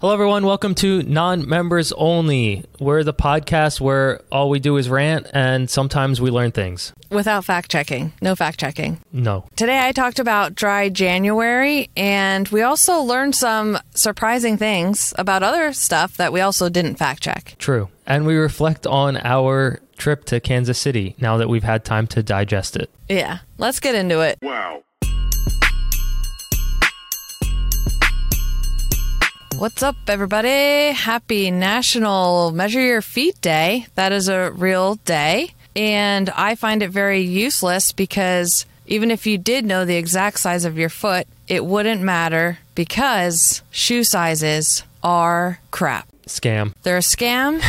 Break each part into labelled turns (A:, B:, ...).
A: Hello, everyone. Welcome to Non Members Only. We're the podcast where all we do is rant and sometimes we learn things.
B: without fact checking. No fact checking.
A: No.
B: Today I talked about dry January and we also learned some surprising things about other stuff that we also didn't fact check.
A: True. And we reflect on our trip to Kansas City now that we've had time to digest it.
B: Yeah, let's get into it.
C: Wow.
B: What's up, everybody? Happy National Measure Your Feet Day. That is a real day. And I find it very useless because even if you did know the exact size of your foot, it wouldn't matter because shoe sizes are crap.
A: Scam.
B: they're a scam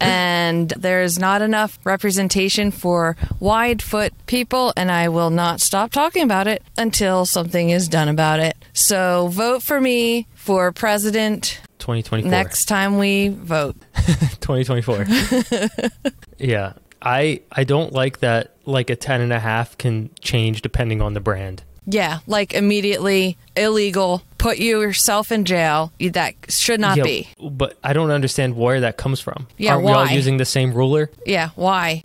B: and there's not enough representation for wide foot people and i will not stop talking about it until something is done about it so vote for me for president
A: 2024.
B: next time we vote
A: 2024. yeah. I I don't like that like a 10 and a half can change depending on the brand.
B: yeah like immediately illegal put yourself in jail that should not
A: Yeah,
B: be
A: But I don't understand where that comes from.
B: Yeah,
A: Aren't we
B: why?
A: all using the same ruler?
B: Yeah, why?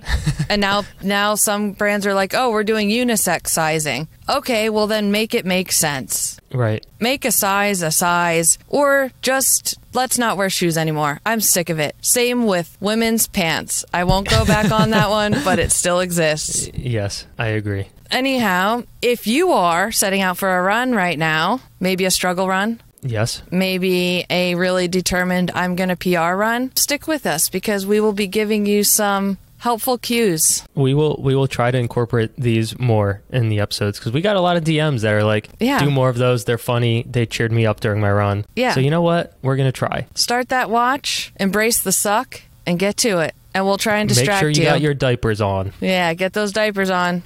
B: and now now some brands are like, "Oh, we're doing unisex sizing." Okay, well then make it make sense.
A: Right.
B: Make a size a size or just let's not wear shoes anymore. I'm sick of it. Same with women's pants. I won't go back on that one, but it still exists.
A: Yes, I agree.
B: Anyhow, if you are setting out for a run right now, maybe a struggle run,
A: Yes.
B: maybe a really determined I'm going to PR run, stick with us because we will be giving you some helpful cues.
A: We will we will try to incorporate these more in the episodes because we got a lot of DMs that are like,
B: Yeah.
A: do more of those. They're funny. They cheered me up during my run.
B: Yeah.
A: So you know what? We're gonna try.
B: start that watch, embrace the suck, and get to it. And we'll try and
A: Make
B: distract
A: sure you, got your diapers on.
B: yeah, get those diapers on.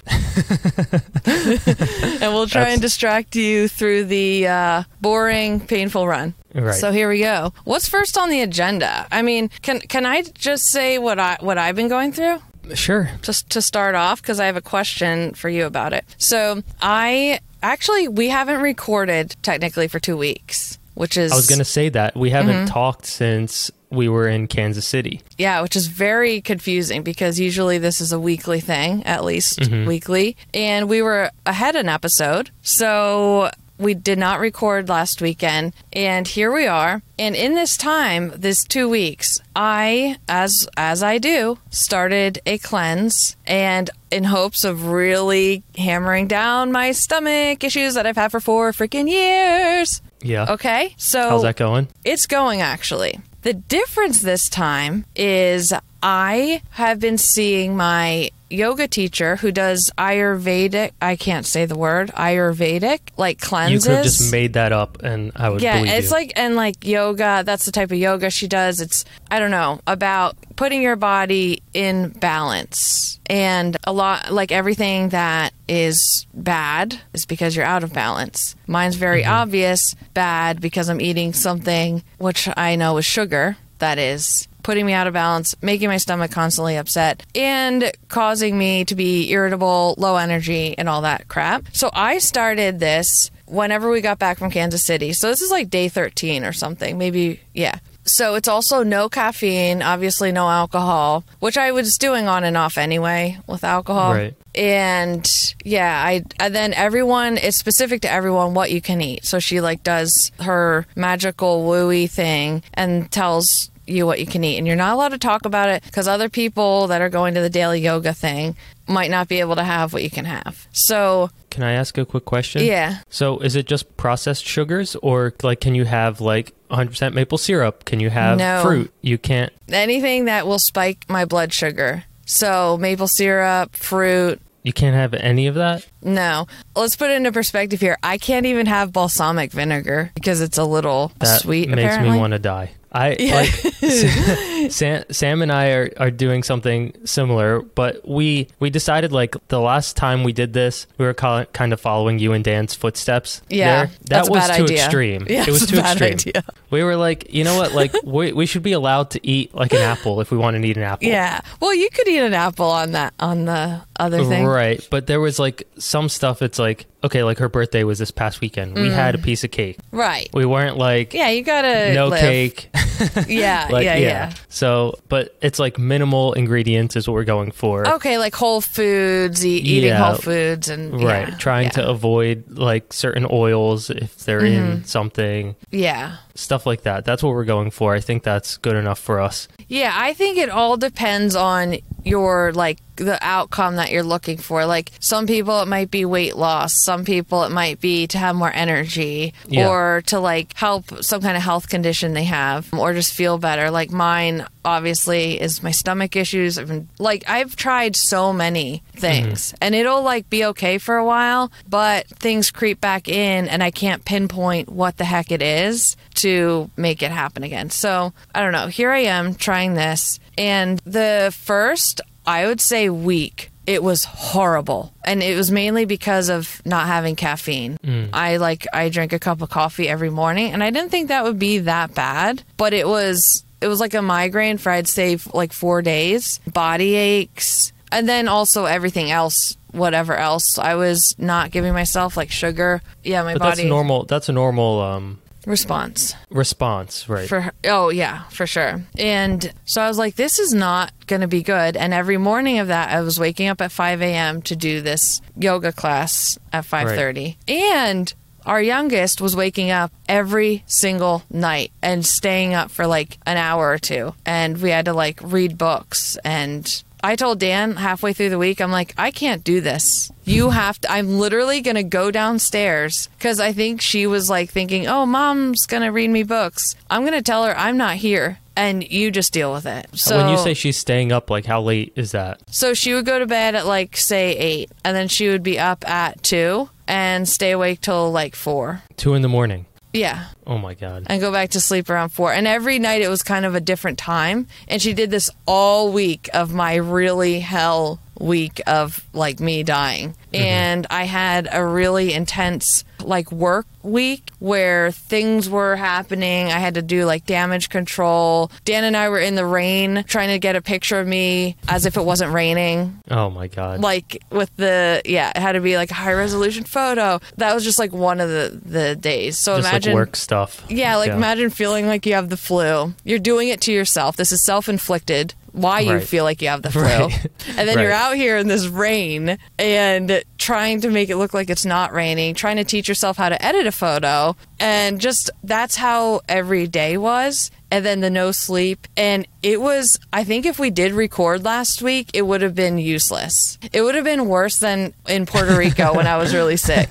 B: and we'll try
A: That's-
B: and distract you through the uh, boring, painful run.
A: Right.
B: So here we go. What's first on the agenda? I mean, can can I just say what I what I've been going through?
A: Sure.
B: just to start off because I have a question for you about it. So I actually we haven't recorded technically for two weeks, which is
A: I was gonna say that we haven't
B: Mm-hmm.
A: talked since we were in Kansas City.
B: yeah, which is very confusing because usually this is a weekly thing, at least
A: Mm-hmm.
B: weekly, and we were ahead an episode, so. We did not record last weekend, and here we are. And in this time, this two weeks, I, as as I do, started a cleanse, and in hopes of really hammering down my stomach issues that I've had for four freaking years.
A: Yeah.
B: Okay, so
A: How's that going?
B: it's going actually. The difference this time is I have been seeing my yoga teacher who does Ayurvedic, I can't say the word, Ayurvedic, like
A: You
B: cleanses.
A: could have just made that up, and I would
B: yeah,
A: believe
B: it's
A: you.
B: like, and like yoga, that's the type of yoga she does. It's, I don't know, about putting your body in balance. And a lot, like everything that is bad is because you're out of balance. Mine's very
A: Mm-hmm.
B: obvious bad because I'm eating something which I know is sugar, that is putting me out of balance, making my stomach constantly upset, and causing me to be irritable, low energy, and all that crap. So I started this whenever we got back from Kansas City. So this is like day 13 or something, maybe, yeah. So it's also no caffeine, obviously no alcohol, which I was doing on and off anyway with alcohol.
A: Right.
B: And yeah, I and then everyone it's specific to everyone what you can eat. So she like does her magical wooey thing and tells you what you can eat and you're not allowed to talk about it cuz other people that are going to the daily yoga thing might not be able to have what you can have. So,
A: Can I ask a quick question?
B: yeah.
A: So is it just processed sugars, or like can you have like 100% maple syrup? Can you have
B: No.
A: fruit? You can't.
B: Anything that will spike my blood sugar. So, maple syrup, fruit,
A: You can't have any of that.
B: No. Let's put it into perspective here. I can't even have balsamic vinegar because it's a little
A: That
B: sweet.
A: makes
B: apparently.
A: me want to die. I like Sam, Sam and I are, are doing something similar, but we we decided like the last time we did this, we were call, kind of following you and Dan's footsteps.
B: Yeah,
A: there. that
B: that's a
A: was
B: bad
A: too
B: idea.
A: extreme.
B: Yeah,
A: it was
B: it's a
A: too
B: bad
A: extreme.
B: idea.
A: we were like, you know what? Like, we, we should be allowed to eat like an apple if we want to eat an apple.
B: Yeah. Well, you could eat an apple on that on the other thing.
A: Right. But there was like some stuff. It's like okay, like her birthday was this past weekend. We had a piece of cake.
B: Right.
A: We weren't like
B: Mm. Yeah, you gotta
A: no
B: live.
A: cake.
B: Yeah,
A: Like,
B: Uh, yeah, yeah,
A: So, but it's like minimal ingredients is what we're going for.
B: Okay, like Whole Foods, e- eating
A: Yeah.
B: Whole Foods, and
A: Right,
B: yeah,
A: trying
B: yeah, Mm-hmm.
A: to avoid like certain oils if they're in something,
B: yeah.
A: stuff like that. That's what we're going for. I think that's good enough for us.
B: Yeah, I think it all depends on your like the outcome that you're looking for. Like some people it might be weight loss, some people it might be to have more energy
A: Yeah.
B: or to like help some kind of health condition they have or just feel better. Like mine obviously is my stomach issues. I've been, like I've tried so many things and it'll like be okay for a while, but things creep back in and I can't pinpoint what the heck it is to make it happen again. So I don't know. Here I am trying this. And the first, I would say, week, it was horrible. And it was mainly because of not having caffeine.
A: Mm.
B: I like, I drink a cup of coffee every morning, and I didn't think that would be that bad, but it was. It was like a migraine for I'd say like four days, body aches, and then also everything else, whatever else. I was not giving myself like sugar. Yeah, my
A: But
B: body
A: that's normal. That's a normal um,
B: response.
A: response, right?
B: For her. oh yeah, for sure. And so I was like, this is not going to be good. And every morning of that, I was waking up at 5 a.m. to do this yoga class at 5:30, and our youngest was waking up every single night and staying up for like an hour or two, and we had to like read books and. I told Dan halfway through the week, I'm like, I can't do this. You have to. I'm literally going to go downstairs because I think she was like thinking, oh, mom's going to read me books. I'm going to tell her I'm not here and you just deal with it. So
A: when you say she's staying up, like how late is that?
B: so she would go to bed at like, say, eight, and then she would be up at two and stay awake till like four.
A: Two in the morning.
B: Yeah
A: Oh my god.
B: and go back to sleep around four. And every night it was kind of a different time. And she did this all week of my really hell week of like me dying.
A: Mm-hmm.
B: And I had a really intense like work week where things were happening. I had to do like damage control. Dan and I were in the rain trying to get a picture of me as if it wasn't raining
A: Oh my god.
B: like with the yeah it had to be like a high resolution photo that was just like one of the the days so
A: Just
B: imagine
A: like work stuff.
B: yeah, like imagine feeling like you have the flu. You're doing it to yourself. This is self inflicted. Why you
A: Right.
B: feel like you have the flu.
A: Right.
B: And then you're
A: Right.
B: out here in this rain and trying to make it look like it's not raining, trying to teach yourself how to edit a photo. And just that's how every day was. And then the no sleep. And it was, I think if we did record last week, it would have been useless. It would have been worse than in Puerto Rico when I was really sick.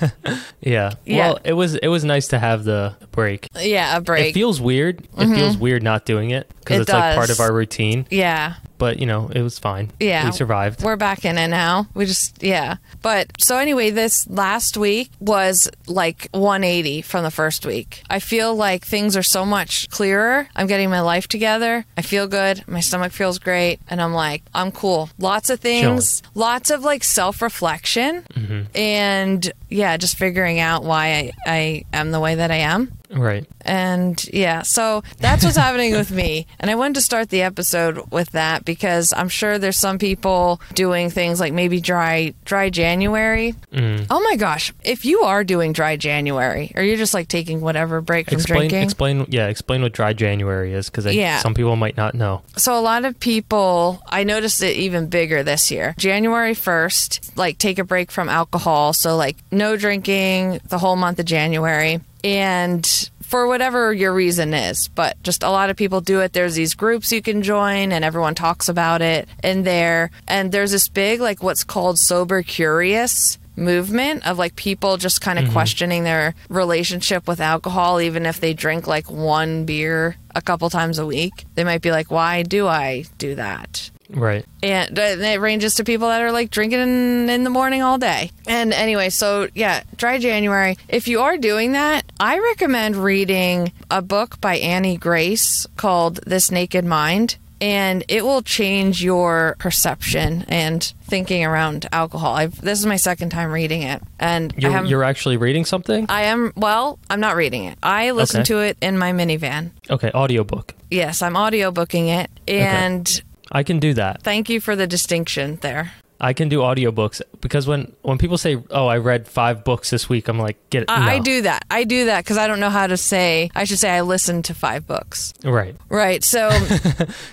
A: Yeah.
B: Yeah.
A: Well, it was it was nice to have the break.
B: Yeah, a
A: It
B: break.
A: feels weird. It feels weird not doing it because
B: Mm-hmm. It
A: it's like part
B: does.
A: of our routine.
B: yeah.
A: But you know, it was fine.
B: Yeah.
A: We survived.
B: We're back in it now. We just, yeah. But so anyway, this last week was like 180 from the first week. I feel like things are so much clearer. I'm getting my life together. I feel good. My stomach feels great. And I'm like, I'm cool. Lots of things, lots of like self reflection. And yeah, just figuring out why I, I am the way that I am.
A: Right.
B: And yeah, so that's what's happening with me. And I wanted to start the episode with that because I'm sure there's some people doing things like maybe dry dry January. Oh my gosh, if you are doing dry January or you're just like taking whatever break from
A: Explain.
B: drinking.
A: Explain. Yeah. Explain what dry January is because
B: Yeah.
A: some people might not know.
B: so a lot of people, I noticed it even bigger this year. January 1st, like take a break from alcohol, so like no drinking the whole month of January. And for whatever your reason is, but just a lot of people do it. There's these groups you can join and everyone talks about it in there. And there's this big like what's called sober curious movement of like people just kind of questioning their relationship with alcohol even if they drink like one beer a couple times a week they might be like why do i do that
A: Right.
B: and uh, it ranges to people that are like drinking in, in the morning all day. And anyway, so yeah, dry January. If you are doing that, I recommend reading a book by Annie Grace called This Naked Mind. and it will change your perception and thinking around alcohol. I've, this is my second time reading it, and I
A: You're,
B: haven't-
A: you're actually reading something?
B: I am well, I'm not reading it. I listen
A: Okay.
B: to it in my minivan.
A: Okay, audiobook.
B: Yes, I'm audiobooking it and
A: I can do that.
B: thank you for the distinction there.
A: I can do audiobooks because when when people say, "Oh, I read 5 books this week." I'm like, "Get it."
B: I, I
A: no.
B: do that. I do that cuz I don't know how to say I should say I listened to 5 books.
A: Right.
B: Right. So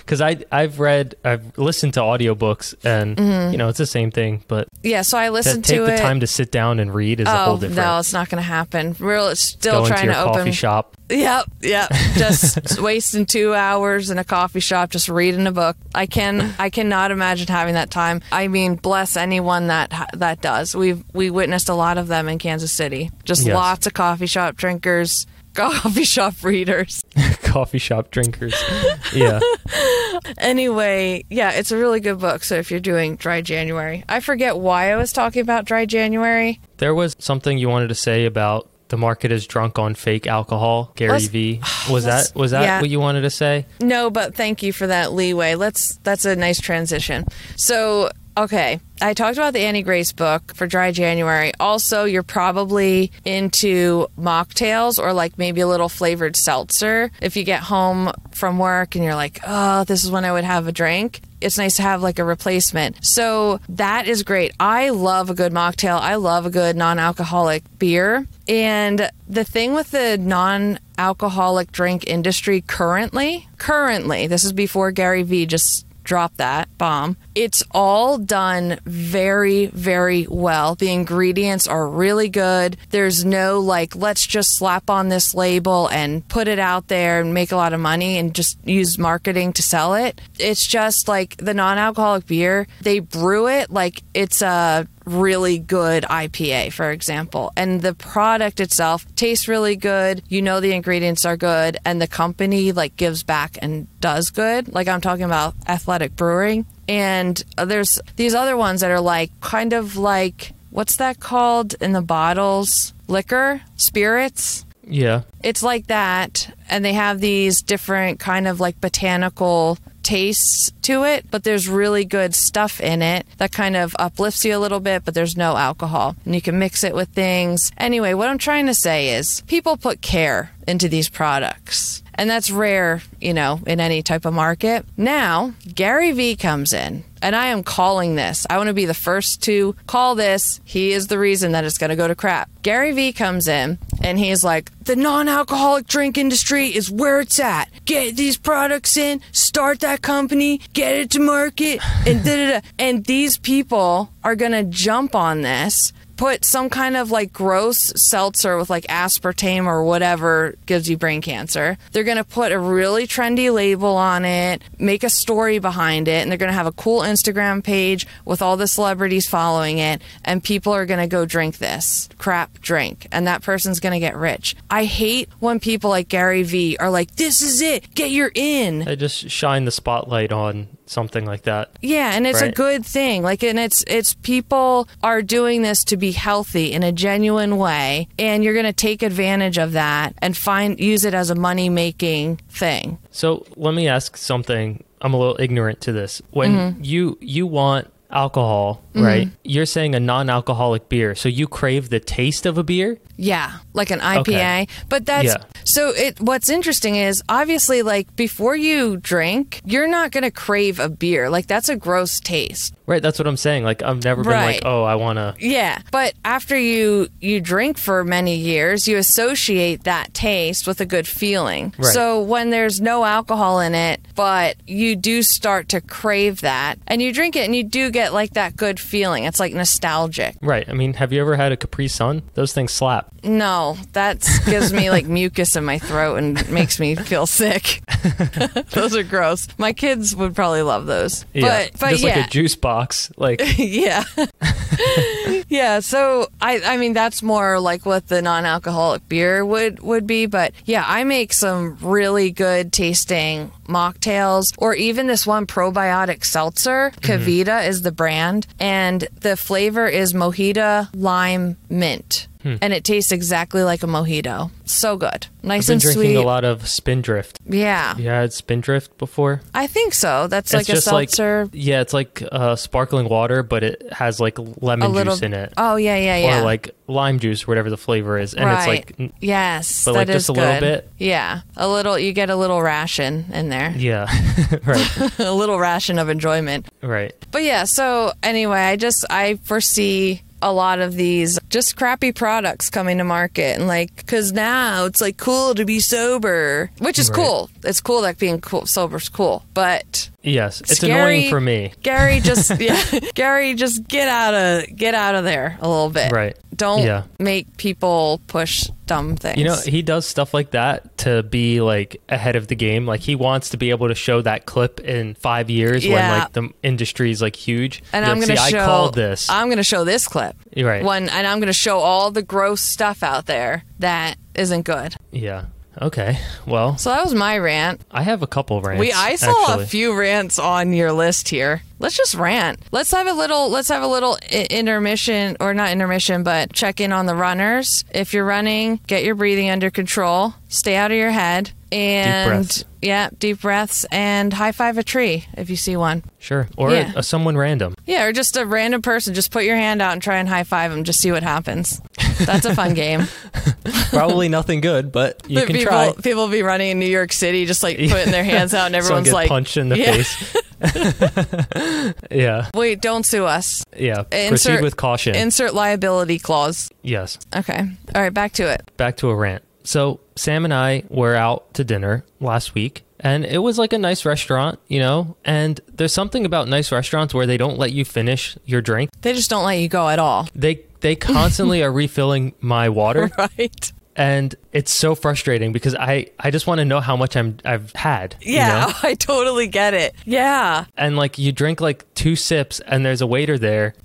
A: Cuz I I've read I've listened to audiobooks and you know, it's the same thing, but
B: yeah, so I
A: to
B: listened
A: take
B: Mm-hmm. to
A: the
B: it.
A: time to sit down and read is a
B: oh,
A: whole different
B: no, it's not going to happen. We're still
A: Go into
B: trying
A: your
B: to
A: coffee
B: open
A: shop.
B: Yep, yep. Just wasting two hours in a coffee shop just reading a book. I can, I cannot imagine having that time. I mean, bless anyone that that does. We've we witnessed a lot of them in Kansas City. Just
A: Yes.
B: lots of coffee shop drinkers, coffee shop readers.
A: coffee shop drinkers. yeah.
B: Anyway, yeah, it's a really good book. So if you're doing Dry January, I forget why I was talking about Dry January.
A: There was something you wanted to say about the market is drunk on fake alcohol, Gary
B: Let's-
A: V. Was
B: let's-
A: that was that
B: yeah.
A: what you wanted to say?
B: No, but thank you for that leeway. Let's that's a nice transition. So, okay, I talked about the Annie Grace book for Dry January. Also, you're probably into mocktails or like maybe a little flavored seltzer. If you get home from work and you're like, "Oh, this is when I would have a drink." It's nice to have like a replacement. So, that is great. I love a good mocktail. I love a good non-alcoholic beer. And the thing with the non alcoholic drink industry currently, currently, this is before Gary Vee just dropped that bomb. It's all done very, very well. The ingredients are really good. There's no like, let's just slap on this label and put it out there and make a lot of money and just use marketing to sell it. It's just like the non alcoholic beer, they brew it like it's a really good IPA, for example. And the product itself tastes really good. You know the ingredients are good, and the company like gives back and does good. Like I'm talking about Athletic Brewing, and uh, there's these other ones that are like kind of like what's that called in the bottles? Liquor, spirits
A: Yeah.
B: it's like that and they have these different kind of like botanical tastes to it but there's really good stuff in it that kind of uplifts you a little bit but there's no alcohol and you can mix it with things anyway what i'm trying to say is people put care into these products and that's rare you know in any type of market now gary vee comes in and I am calling this. I want to be the first to call this. He is the reason that it's going to go to crap. Gary Vee comes in and he's like, the non alcoholic drink industry is where it's at. Get these products in, start that company, get it to market, and da da da. And these people are going to jump on this. Put some kind of like gross seltzer with like aspartame or whatever gives you brain cancer. They're going to put a really trendy label on it, make a story behind it, and they're going to have a cool Instagram page with all the celebrities following it, and people are going to go drink this crap drink, and that person's going to get rich. I hate when people like Gary Vee are like, this is it, get your in.
A: They just shine the spotlight on something like that.
B: Yeah, and it's a
A: Right.
B: good thing. Like, and it's it's people are doing this to be healthy in a genuine way, and you're going to take advantage of that and find use it as a money making thing.
A: So let me ask something. I'm a little ignorant to this. When
B: Mm-hmm.
A: you you want alcohol, right? You're saying a non-alcoholic beer, so you crave the taste of a beer.
B: Yeah, like an IPA. But that's
A: Yeah.
B: so it what's interesting is obviously like before you drink, you're not going to crave a beer. Like that's a gross taste.
A: Right, that's what I'm saying. Like I've never been
B: Right.
A: like, oh, I want to.
B: Yeah, but after you you drink for many years, you associate that taste with a good feeling.
A: Right.
B: So when there's no alcohol in it, but you do start to crave that and you drink it and you do get like that good feeling. It's like nostalgic.
A: Right. I mean, have you ever had a Capri Sun? Those things slap.
B: No, that gives me like mucus in my throat and makes me feel sick. those are gross. My kids would probably love those. But but
A: just
B: yeah.
A: like a juice box. Like
B: yeah. yeah, so I I mean that's more like what the non-alcoholic beer would would be, but yeah, I make some really good tasting mocktails or even this one probiotic seltzer.
A: Mm-hmm.
B: Kavita is the brand and the flavor is mojita lime mint.
A: Hmm.
B: and it tastes exactly like a mojito. So good, nice
A: I've been
B: and
A: drinking
B: sweet.
A: a lot of Spindrift.
B: Yeah,
A: You had Spindrift before?
B: I think so. That's like
A: it's
B: a
A: just
B: seltzer,
A: like yeah, it's like uh, sparkling water, but it has like
B: a
A: lemon
B: little.
A: juice in it,
B: Oh yeah, yeah, yeah.
A: or like lime juice, whatever the flavor is, and it's
B: right.
A: like n-
B: yes,
A: but,
B: that
A: like, just
B: is
A: a little
B: good.
A: bit?
B: Yeah, a little. You get a little ration in there,
A: yeah, right,
B: a little ration of enjoyment.
A: right.
B: But yeah, so anyway, I just I foresee a lot of these just crappy products coming to market and like cuz now it's like cool to be sober, which is
A: Right.
B: cool. It's cool that being cool sober's cool, but
A: Yes, it's
B: Scary-
A: annoying for me.
B: Gary just yeah, Gary just get out of get out of there a little bit.
A: Right.
B: Don't
A: Yeah.
B: make people push dumb things.
A: You know, he does stuff like that to be like ahead of the game. Like he wants to be able to show that clip in five years
B: Yeah.
A: when like the industry is like huge.
B: and
A: Be
B: I'm
A: like,
B: going to
A: "See,
B: show
A: I called this.
B: I'm going to show this clip.
A: You're right.
B: One and I'm going to show all the gross stuff out there that isn't good.
A: yeah. Okay. Well,
B: So that was my rant.
A: I have a couple rants.
B: We I saw
A: actually.
B: a few rants on your list here. Let's just rant. Let's have a little. Let's have a little I- intermission, or not intermission, but check in on the runners. If you're running, get your breathing under control. Stay out of your head. And
A: breaths.
B: yeah, deep breaths and high five a tree if you see one.
A: Sure. Or
B: Yeah.
A: uh, someone random.
B: Yeah, or just a random person. Just put your hand out and try and high five them. Just see what happens. That's a fun game.
A: Probably nothing good, but you
B: But
A: can
B: people,
A: try.
B: People be running in New York City, just like putting their hands out, and
A: Someone
B: everyone's
A: get
B: like,
A: punched in the
B: Yeah.
A: face. yeah.
B: "Wait, don't sue us."
A: Yeah.
B: Insert-
A: Proceed with caution.
B: Insert liability clause.
A: yes.
B: Okay. All right, back to it.
A: back to a rant. So Sam and I were out to dinner last week, and it was like a nice restaurant, you know. And there's something about nice restaurants where they don't let you finish your drink.
B: They just don't let you go at all.
A: They they constantly are refilling my water,
B: Right.
A: and it's so frustrating because I I just want to know how much I'm I've had. you
B: Yeah,
A: know?
B: I totally get it. Yeah.
A: And like you drink like two sips, and there's a waiter there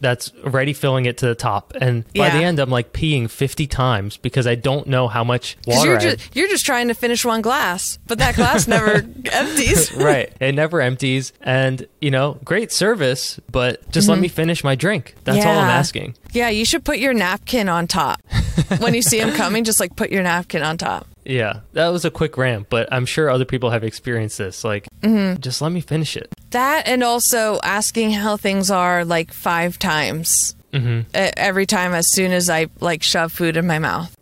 A: that's already filling it to the top, and by
B: Mm-hmm. Yeah.
A: the end I'm like peeing 50 times because I don't know how much
B: Because
A: water.
B: you're
A: I've
B: just you're just trying to finish one glass, but that glass never empties.
A: right. It never empties. And, you know, great service, but just let me finish my drink. That's all I'm
B: Mm-hmm. Yeah.
A: asking.
B: Yeah, you should put your napkin on top. when you see him coming, just like put your napkin on top.
A: Yeah. That was a quick rant, but I'm sure other people have experienced this. Like,
B: Mm-hmm.
A: just let me finish it.
B: That and also asking how things are like five times. Mm-hmm. Every time, as soon as I like shove food in my mouth.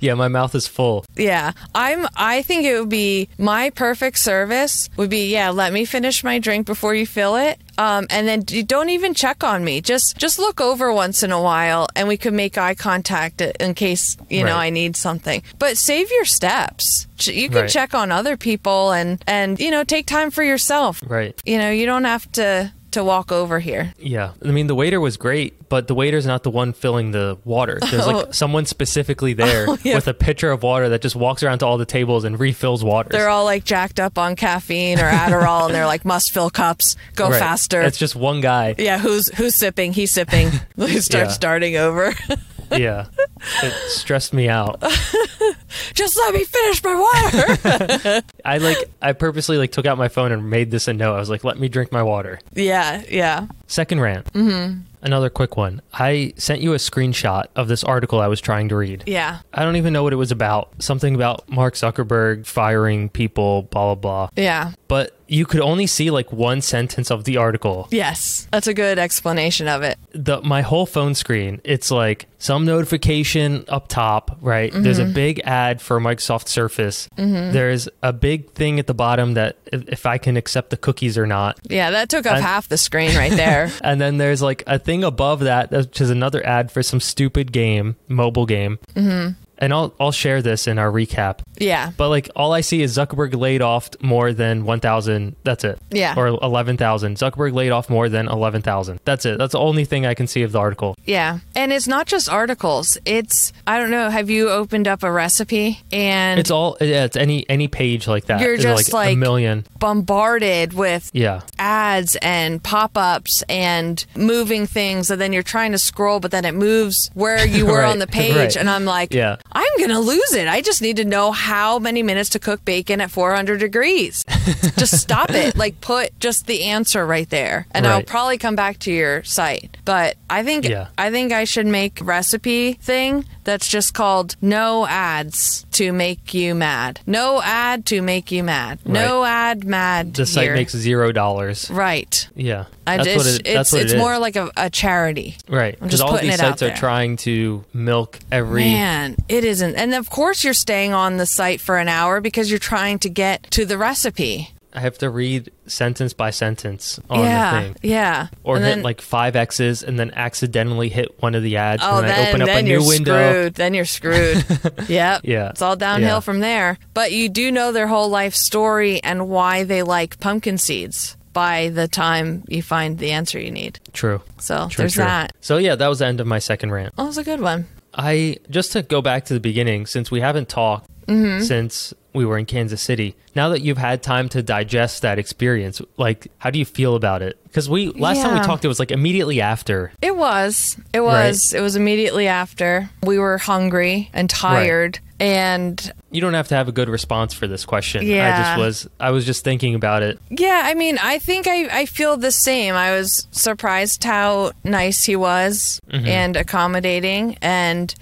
A: Yeah, my mouth is full.
B: Yeah. I'm I think it would be my perfect service would be yeah, let me finish my drink before you fill it. Um, and then d- don't even check on me. Just just look over once in a while and we could make eye contact i- in case, you know,
A: Right.
B: I need something. But save your steps. Ch- You can
A: Right.
B: check on other people and and you know, take time for yourself.
A: Right.
B: You know, you don't have to to walk over here.
A: Yeah. I mean, the waiter was great, but the waiter's not the one filling the water. There's like someone specifically there
B: Oh, yeah.
A: with a pitcher of water that just walks around to all the tables and refills water.
B: They're all like jacked up on caffeine or Adderall and they're like must fill cups, go faster.
A: It's just one guy.
B: Yeah, who's who's sipping? He's sipping. He starts
A: Yeah.
B: starting over.
A: Yeah. it stressed me out.
B: Just let me finish my water.
A: I like I purposely like took out my phone and made this a note. I was like, "Let me drink my water."
B: yeah, yeah.
A: Second rant. Mm-hmm. Another quick one. I sent you a screenshot of this article I was trying to read.
B: Yeah.
A: I don't even know what it was about. Something about Mark Zuckerberg firing people, blah blah blah.
B: Yeah.
A: But you could only see like one sentence of the article.
B: Yes. That's a good explanation of it.
A: The my whole phone screen, it's like some notification up top, right? There's a big ad for Microsoft Surface. There's a big thing at the bottom that if, if I can accept the cookies or not.
B: Yeah, that took up
A: And-
B: half the screen right there.
A: And then there's like a thing above that, which is another ad for some stupid game, mobile game. Mm-hmm. And I'll I'll share this in our recap.
B: yeah.
A: But like all I see is Zuckerberg laid off more than one thousand. That's it.
B: Yeah.
A: Or eleven thousand. Zuckerberg laid off more than eleven thousand. That's it. That's the only thing I can see of the article.
B: Yeah. And it's not just articles. It's I don't know, have you opened up a recipe and
A: It's all. Yeah. It's any any page like that.
B: You're
A: It's
B: just
A: a
B: like-
A: million.
B: bombarded with
A: Yeah.
B: ads and pop-ups and moving things and then you're trying to scroll but then it moves where you were
A: Right,
B: on the page
A: right.
B: and I'm like
A: Yeah.
B: I'm going to lose it. I just need to know how many minutes to cook bacon at 400 degrees. just stop it. Like, put just the answer right there. And I'll
A: Right.
B: probably come back to your site. But I think,
A: Yeah.
B: I think I should make recipe thing that's just called no ads to make you mad. No ad to make you mad. No ad mad.
A: The site
B: here.
A: makes zero dollars.
B: Right.
A: Yeah,
B: I
A: that's
B: just,
A: what it,
B: it's,
A: that's what
B: it's
A: it is.
B: more like a, a charity.
A: right
B: just
A: because all
B: putting
A: these
B: it out
A: sites are
B: there.
A: trying to milk every.
B: Man, it isn't. And of course, you're staying on the site for an hour because you're trying to get to the recipe.
A: I have to read sentence by sentence on
B: yeah.
A: the thing.
B: Yeah.
A: Or
B: And
A: hit
B: then-
A: like five X's and then accidentally hit one of the ads
B: Oh,
A: and
B: then,
A: I open up
B: then
A: a new
B: you're
A: window.
B: screwed. Then you're screwed. yep.
A: Yeah.
B: It's all downhill
A: Yeah.
B: from there. But you do know their whole life story and why they like pumpkin seeds by the time you find the answer you need.
A: True.
B: So
A: True,
B: there's
A: true.
B: that.
A: So yeah, that was the end of my second rant.
B: That was a good one.
A: I just to go back to the beginning, since we haven't talked
B: Mm-hmm.
A: since we were in Kansas City. Now that you've had time to digest that experience, like how do you feel about it? Because we last time we
B: Yeah.
A: talked, it was like immediately after.
B: It was. It was. It was immediately after. We were hungry and tired. And
A: You don't have to have a good response for this question. I
B: Yeah.
A: just was I was just thinking about it.
B: Yeah, I mean, I think I, I feel the same. I was surprised how nice he was and accommodating and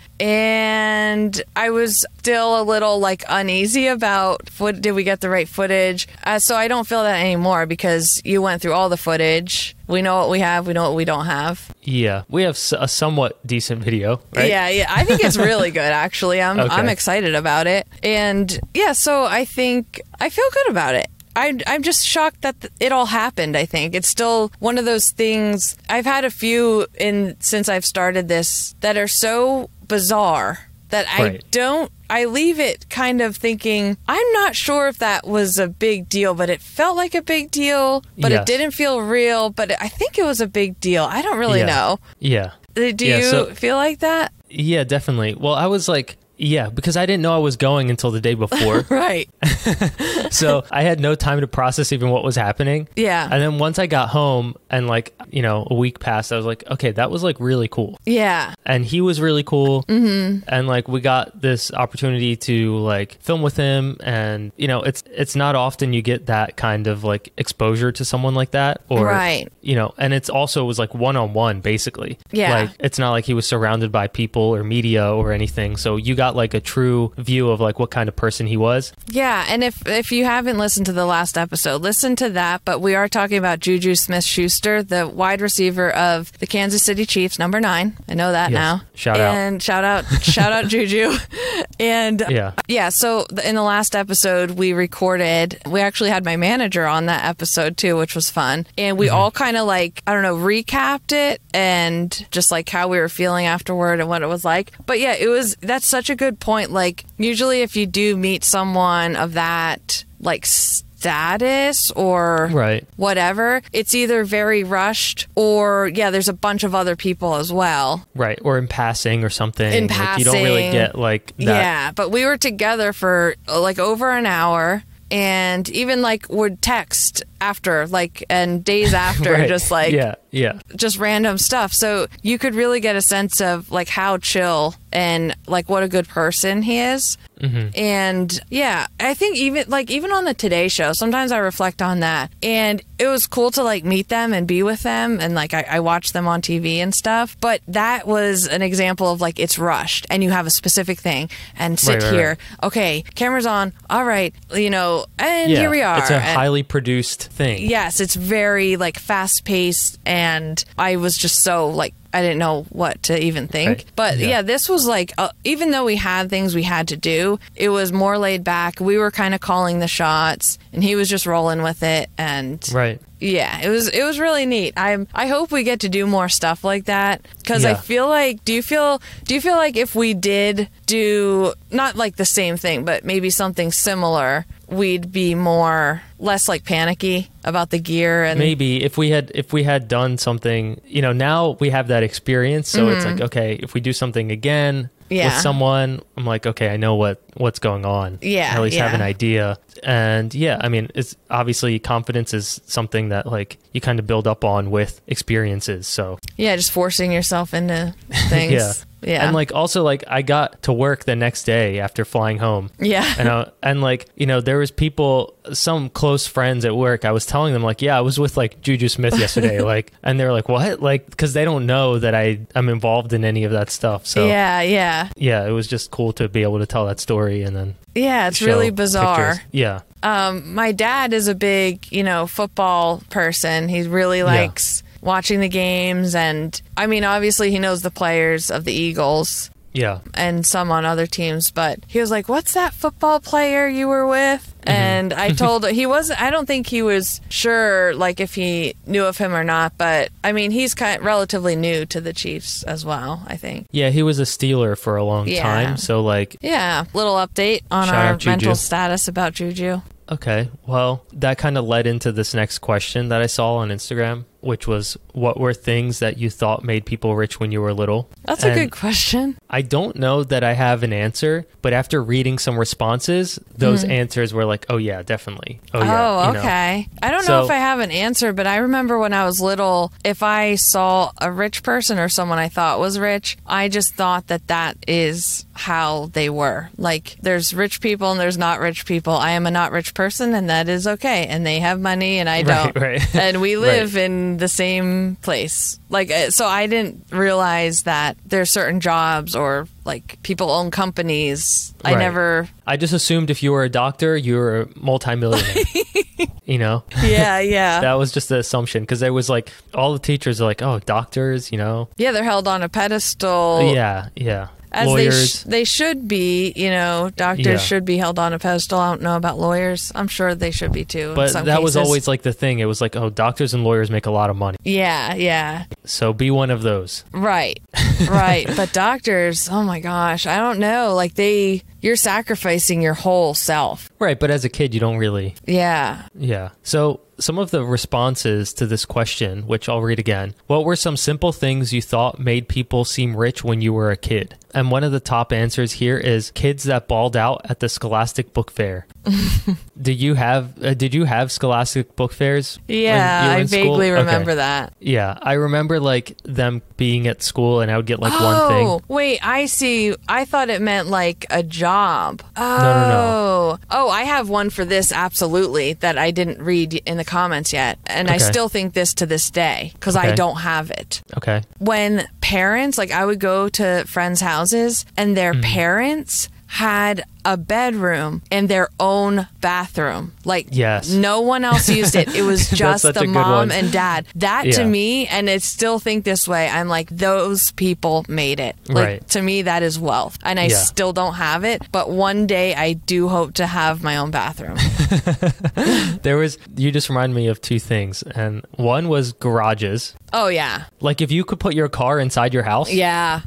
B: and I was still a little like uneasy about what did we get the right footage. Uh, so I don't feel that anymore because you went through all the footage. We know what we have, we know what we don't have.
A: Yeah, we have s- a somewhat decent video, right?
B: Yeah, yeah. I think it's really good actually. I'm
A: Okay.
B: I'm excited about it. And yeah, so I think I feel good about it. I, I'm just shocked that th- it all happened. I think it's still one of those things. I've had a few in since I've started this that are so bizarre that I
A: Right.
B: don't. I leave it kind of thinking I'm not sure if that was a big deal, but it felt like a big deal, but
A: Yes.
B: it didn't feel real. But I think it was a big deal. I don't really
A: Yeah.
B: know.
A: Yeah.
B: Uh, Do
A: Yeah,
B: you
A: so-
B: feel like that?
A: Yeah, definitely. Well, I was like, yeah, because I didn't know I was going until the day before.
B: Right.
A: so I had no time to process even what was happening.
B: Yeah.
A: And then once I got home and like, you know, a week passed, I was like, okay, that was like really cool.
B: Yeah.
A: And he was really cool. Mm-hmm. And like, we got this opportunity to like film with him. And, you know, it's, it's not often you get that kind of like exposure to someone like that or,
B: Right.
A: you know, and it's also was like one on one basically.
B: Yeah.
A: Like, it's not like he was surrounded by people or media or anything. So you got like a true view of like what kind of person he was.
B: Yeah, and if if you haven't listened to the last episode, listen to that, but we are talking about Juju Smith-Schuster, the wide receiver of the Kansas City Chiefs, number 9. I know that
A: Yes.
B: now.
A: Shout out.
B: and shout out shout out Juju. And
A: Yeah.
B: yeah, so th- in the last episode we recorded, we actually had my manager on that episode too, which was fun. And
A: Mm-hmm.
B: we all kind of like, I don't know, recapped it and just like how we were feeling afterward and what it was like. But yeah, it was, that's such a good point. Like, usually if you do meet someone of that, like, status or
A: Right.
B: whatever, it's either very rushed or, yeah, there's a bunch of other people as well.
A: Right, or in passing or something.
B: In
A: Like, you don't really
B: passing.
A: get like that.
B: Yeah, but we were together for uh, like over an hour and even like would text after like and days after
A: Right.
B: just like
A: yeah, yeah,
B: just random stuff. So you could really get a sense of like how chill and like what a good person he is.
A: Mm-hmm.
B: And yeah, I think even like even on the Today Show, sometimes I reflect on that. And it was cool to like meet them and be with them. And like I, I watched them on TV and stuff. But that was an example of like it's rushed and you have a specific thing and sit
A: Right, right,
B: here. Okay, camera's on. All right, you know, and
A: yeah.
B: here we are.
A: It's a
B: And-
A: highly produced thing.
B: yes it's very like fast paced and i was just so like i didn't know what to even think
A: Right.
B: but
A: Yeah.
B: yeah. this was like uh, even though we had things we had to do it was more laid back we were kind of calling the shots and he was just rolling with it and
A: Right.
B: yeah, it was it was really neat. I I hope we get to do more stuff like that because I
A: Yeah.
B: feel like do you feel do you feel like if we did do not like the same thing but maybe something similar, we'd be more less like panicky about the gear and
A: Maybe if we had if we had done something, you know, now we have that experience, so it's like okay, if we do something again
B: Mm-hmm. Yeah.
A: with someone, I'm like okay, I know what what's going on.
B: Yeah,
A: at least have
B: yeah.
A: an idea. And yeah, I mean, it's obviously confidence is something that like you kind of build up on with experiences. So
B: yeah, just forcing yourself into things.
A: Yeah.
B: Yeah.
A: And like also like I got to work the next day after flying home.
B: Yeah.
A: And I, and like, you know, there was people some close friends at work. I was telling them like, yeah, I was with like Juju Smith yesterday like and they were like, "What?" Like cuz they don't know that I I'm involved in any of that stuff. So
B: yeah, yeah,
A: yeah, it was just cool to be able to tell that story and then
B: yeah. It's
A: show
B: really bizarre.
A: pictures. Yeah.
B: Um, my dad is a big, you know, football person. He really likes watching the games, and I mean, obviously, he knows the players of the Eagles
A: Yeah.
B: and some on other teams. But he was like, "What's that football player you were with?"
A: Mm-hmm.
B: And I told he was. I don't think he was sure, like if he knew of him or not. But I mean, he's kind relatively new to the Chiefs as well. I think.
A: Yeah, he was a Steeler for a long
B: Yeah.
A: time. So like,
B: Yeah, little update on
A: Shout
B: our
A: out Juju.
B: mental status about Juju.
A: okay, well, that kind of led into this next question that I saw on Instagram, which was what were things that you thought made people rich when you were little?
B: That's a
A: And
B: good question.
A: I don't know that I have an answer, but after reading some responses, those answers were like, "Oh yeah, definitely." Oh yeah.
B: Mm-hmm. oh,
A: you know.
B: okay. I don't know
A: So-
B: if I have an answer, but I remember when I was little, if I saw a rich person or someone I thought was rich, I just thought that that is how they were. Like, there's rich people and there's not rich people. I am a not rich person, and that is okay. And they have money, and I
A: Right,
B: don't.
A: right.
B: and we
A: Right.
B: live in the same place. Like, uh, so I didn't realize that there's certain jobs or like people own companies. I
A: Right.
B: never.
A: I just assumed if you were a doctor, you were a multimillionaire. you know,
B: Yeah, yeah.
A: that was just the assumption because it was like all the teachers are like, "Oh, doctors," you know.
B: Yeah, they're held on a pedestal.
A: yeah, yeah.
B: As
A: Lawyers.
B: they sh- they should be, you know, doctors
A: Yeah.
B: should be held on a pedestal. I don't know about lawyers. I'm sure they should be too. in
A: But that
B: some
A: was
B: cases.
A: always like the thing. It was like, oh, doctors and lawyers make a lot of money.
B: yeah, yeah,
A: So be one of those.
B: right, right. But doctors, oh my gosh, I don't know. Like they, you're sacrificing your whole self.
A: Right. But as a kid, you don't really.
B: Yeah,
A: Yeah. So some of the responses to this question, which I'll read again. What were some simple things you thought made people seem rich when you were a kid? And one of the top answers here is kids that balled out at the Scholastic Book Fair. Do you have? Uh, did you have Scholastic Book Fairs? when you
B: yeah.
A: were
B: I
A: in school?
B: vaguely
A: Okay.
B: remember that.
A: Yeah, I remember like them being at school, and I would get like one thing.
B: Oh, wait, I see. I thought it meant like a job. Oh.
A: no, no.
B: Oh, I have one for this absolutely that I didn't read in the comments yet. And I
A: Okay.
B: still think this to this day because I
A: Okay.
B: don't have it.
A: Okay.
B: When parents, like I would go to friends' houses and
A: Mm-hmm.
B: their parents had a bedroom and their own bathroom. Like
A: Yes.
B: no one else used it. It was just
A: such a
B: the
A: good
B: mom
A: one.
B: and dad. That to
A: Yeah.
B: me, and I still think this way, I'm like, those people made it. Like
A: Right.
B: to me that is wealth. And I
A: Yeah.
B: still don't have it. But one day I do hope to have my own bathroom.
A: There was you just remind me of two things. And one was garages.
B: oh yeah.
A: Like if you could put your car inside your house.
B: Yeah.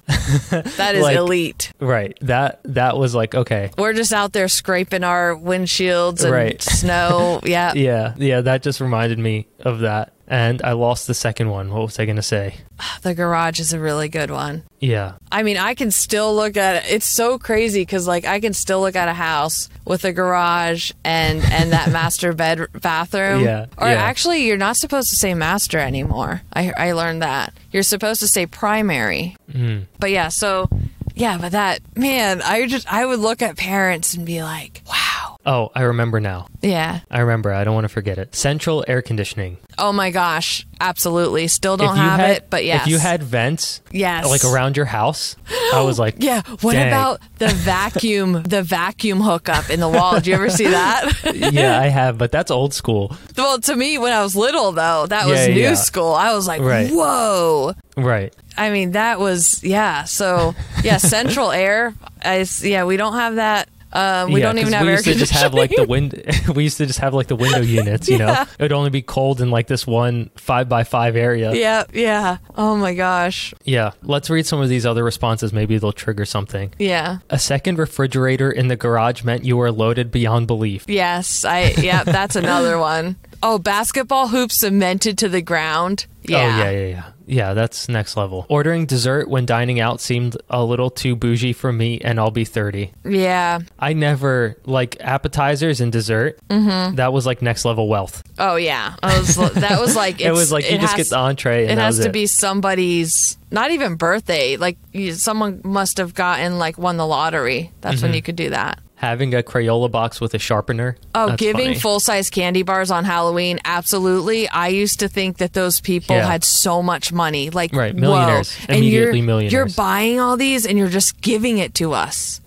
B: That is
A: Like-
B: elite.
A: Right. That that was like okay.
B: We're just out there scraping our windshields and
A: Right.
B: snow. Yeah.
A: Yeah. Yeah, that just reminded me of that. And I lost the second one. What was I going to say?
B: The garage is a really good one.
A: Yeah.
B: I mean, I can still look at it. It's so crazy because, like, I can still look at a house with a garage and and that master bed bathroom.
A: Yeah,
B: Or
A: yeah.
B: actually, you're not supposed to say master anymore. I I learned that you're supposed to say primary. Mm. But yeah, so yeah, but that man, I just I would look at parents and be like, wow,
A: Oh, I remember now.
B: yeah,
A: I remember. I don't want to forget it. Central air conditioning.
B: oh my gosh, absolutely. Still don't
A: if you
B: have
A: had
B: it, but yes,
A: if you had vents
B: Yes.
A: like around your house, I was like,
B: Yeah. What
A: dang.
B: about the vacuum? The vacuum hookup in the wall. Did you ever see that?
A: Yeah, I have, but that's old school.
B: well, to me, when I was little, though, that was
A: Yeah,
B: new
A: yeah.
B: school. I was like,
A: Right.
B: whoa.
A: Right.
B: I mean, that was yeah. So yeah, central air. I s- yeah, we don't have that. Um, we
A: Yeah,
B: don't even
A: 'cause
B: have
A: we
B: air
A: used to
B: conditioning.
A: just have like the wind we used to just have like the window units you know
B: Yeah.
A: it would only be cold in like this one five by five area
B: yeah, yeah. Oh my gosh.
A: Yeah. let's read some of these other responses maybe they'll trigger something
B: Yeah.
A: a second refrigerator in the garage meant you were loaded beyond belief Oh,
B: Yes. I. Yeah. That's another one. Oh, basketball hoops cemented to the ground. Yeah.
A: Oh yeah, yeah, yeah. Yeah, that's next level. Ordering dessert when dining out seemed a little too bougie for me and I'll be 30.
B: Yeah.
A: I never like appetizers and dessert. Mm-hmm. That was like next level wealth.
B: Oh yeah. I was, that was like
A: it was like you just
B: has-
A: get the entree and
B: it
A: that
B: has
A: was
B: to be somebody's not even birthday like you, someone must have gotten like won the lottery that's
A: Mm-hmm.
B: when you could do that
A: having a Crayola box with a sharpener.
B: oh
A: That's
B: giving
A: funny.
B: full-size candy bars on halloween absolutely i used to think that those people
A: Yeah.
B: had so much money like
A: Right,
B: whoa.
A: millionaires.
B: and you're,
A: Immediately millionaires.
B: you're buying all these and you're just giving it to us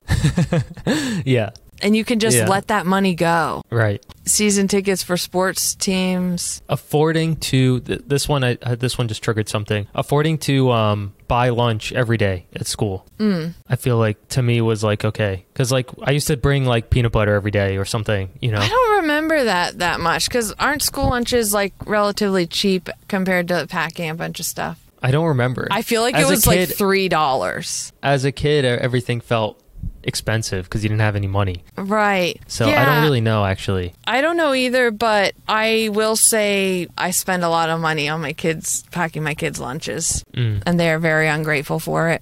A: Yeah,
B: and you can just
A: Yeah.
B: let that money go
A: right.
B: season tickets for sports teams
A: affording to th- this one I, uh, this one just triggered something affording to um, buy lunch every day at school mm. i feel like to me was like okay because like i used to bring like peanut butter every day or something you know
B: I don't remember that that much because aren't school lunches like relatively cheap compared to packing a bunch of stuff?
A: i don't remember
B: I feel like
A: as
B: it was
A: a
B: like
A: kid,
B: three dollars.
A: as a kid e- everything felt expensive because you didn't have any money
B: Right.
A: so i don't really know actually
B: I don't know either, but I will say I spend a lot of money on my kids packing my kids lunches,
A: Mm.
B: and they are very ungrateful for it.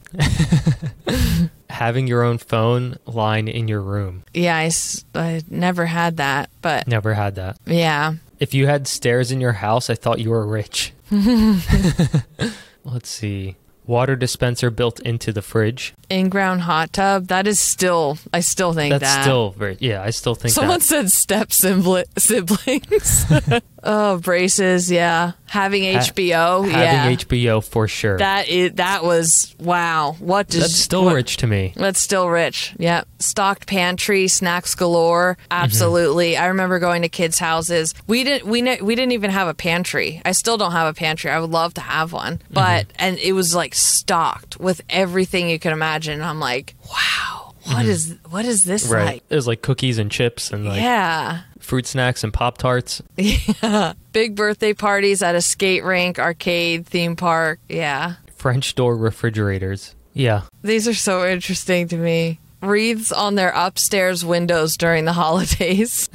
A: having your own phone line in your room
B: Yeah, I, s- I never had that, but
A: never had that
B: yeah.
A: If you had stairs in your house, I thought you were rich. Let's see. Water dispenser built into the fridge.
B: In-ground hot tub. That is still. I still think
A: That's
B: that.
A: still very, yeah, I still think
B: Someone
A: that.
B: said step sibli- siblings. oh, braces, yeah. Having
A: Ha-
B: HBO, yeah.
A: Having HBO for sure.
B: that is that was wow. What does
A: That's still
B: what-
A: rich to me.
B: That's still rich. Yep. Stocked pantry, snacks galore. Absolutely.
A: Mm-hmm.
B: I remember going to kids' houses. We didn't we ne- we didn't even have a pantry. I still don't have a pantry. I would love to have one.
A: Mm-hmm.
B: But and it was like stocked with everything you can imagine. And I'm like, wow. What is what is this
A: Mm-hmm. Right.
B: like?
A: There's like cookies and chips and like
B: Yeah.
A: fruit snacks and Pop Tarts.
B: Big birthday parties at a skate rink, arcade, theme park. Yeah.
A: French door refrigerators. Yeah.
B: These are so interesting to me. Wreaths on their upstairs windows during the holidays.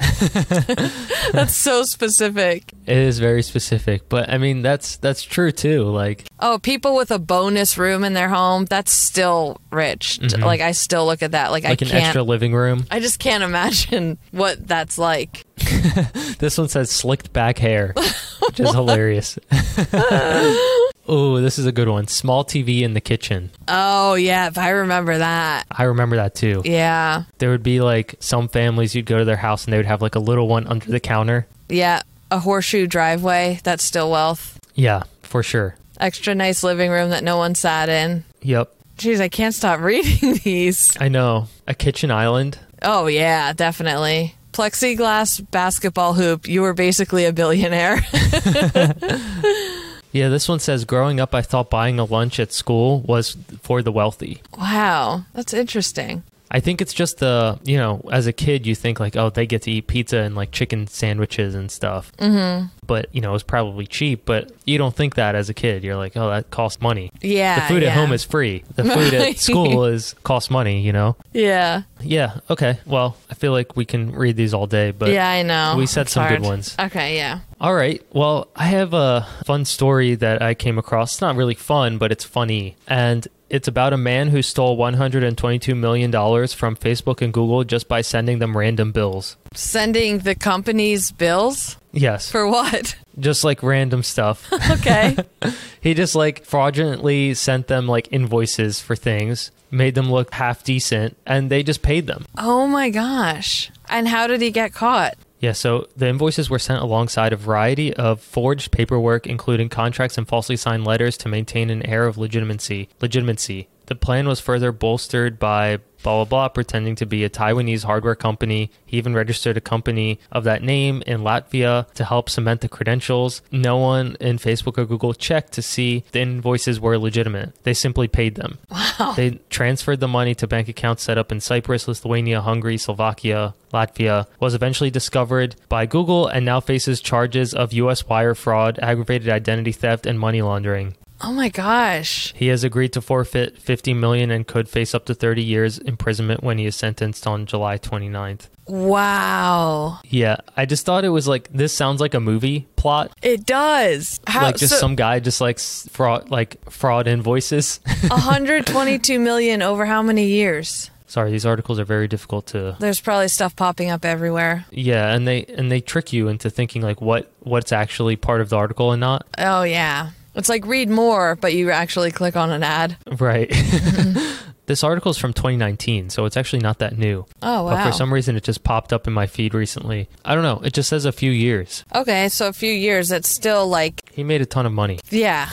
B: That's so specific.
A: It is very specific, but I mean that's that's true too. Like
B: Oh, people with a bonus room in their home, that's still rich. Like I still look at that like,
A: Mm-hmm. like
B: I
A: an
B: can't
A: extra living room.
B: I just can't imagine what that's like.
A: This one says slicked back hair, which is hilarious. oh, this is a good one. Small TV in the kitchen.
B: Oh, yeah, if I remember that.
A: I remember that too.
B: Yeah.
A: There would be like some families you'd go to their house and they would have like a little one under the counter.
B: Yeah, a horseshoe driveway, that's still wealth.
A: Yeah, for sure.
B: extra nice living room that no one sat in.
A: Yep.
B: Jeez, I can't stop reading these.
A: I know. A kitchen island.
B: Oh, yeah, definitely. Plexiglass basketball hoop. You were basically a billionaire.
A: Yeah, this one says growing up I thought buying a lunch at school was for the wealthy.
B: wow, that's interesting.
A: I think it's just the, you know, as a kid you think like, oh, they get to eat pizza and like chicken sandwiches and stuff. Mhm.
B: Mm-hmm.
A: But, you know, it's probably cheap, but you don't think that as a kid. You're like, oh, that costs money.
B: Yeah.
A: The food
B: Uh, yeah.
A: at home is free. The food at
B: Right.
A: school is costs money, you know.
B: Yeah.
A: Yeah. Okay. Well, I feel like we can read these all day, but
B: yeah, I know.
A: we said
B: It's
A: some
B: hard.
A: good ones.
B: Okay, yeah.
A: All right. Well, I have a fun story that I came across. It's not really fun, but it's funny, and it's about a man who stole 122 million dollars from Facebook and Google just by sending them random bills.
B: Sending the company's bills
A: Yes,
B: for what?
A: just like random stuff.
B: Okay.
A: he just like fraudulently sent them like invoices for things, made them look half decent, and they just paid them.
B: oh my gosh. And how did he get caught?
A: Yeah, so the invoices were sent alongside a variety of forged paperwork, including contracts and falsely signed letters to maintain an air of legitimacy. Legitimacy. The plan was further bolstered by blah blah blah pretending to be a Taiwanese hardware company. He even registered a company of that name in Latvia to help cement the credentials. No one in Facebook or Google checked to see if the invoices were legitimate. They simply paid them. They transferred the money to bank accounts set up in Cyprus, Lithuania, Hungary, Slovakia, Latvia, was eventually discovered by Google and now faces charges of US wire fraud, aggravated identity theft, and money laundering.
B: Oh my gosh.
A: He has agreed to forfeit 50 million and could face up to 30 years imprisonment when he is sentenced on July 29th.
B: Wow.
A: Yeah, I just thought it was like this sounds like a movie plot,
B: It does. How
A: like just
B: so
A: some guy just like s- fraud like fraud invoices.
B: 122 million over how many years?
A: Sorry, these articles are very difficult to
B: There's probably stuff popping up everywhere.
A: Yeah, and they and they trick you into thinking like what what's actually part of the article and not.
B: Oh yeah. It's like read more, but you actually click on an ad.
A: Right.
B: Mm-hmm.
A: this article is from 2019, so it's actually not that new.
B: Oh wow.
A: But for some reason, it just popped up in my feed recently. I don't know. It just says a few years.
B: okay, so a few years that's still like
A: He made a ton of money.
B: yeah.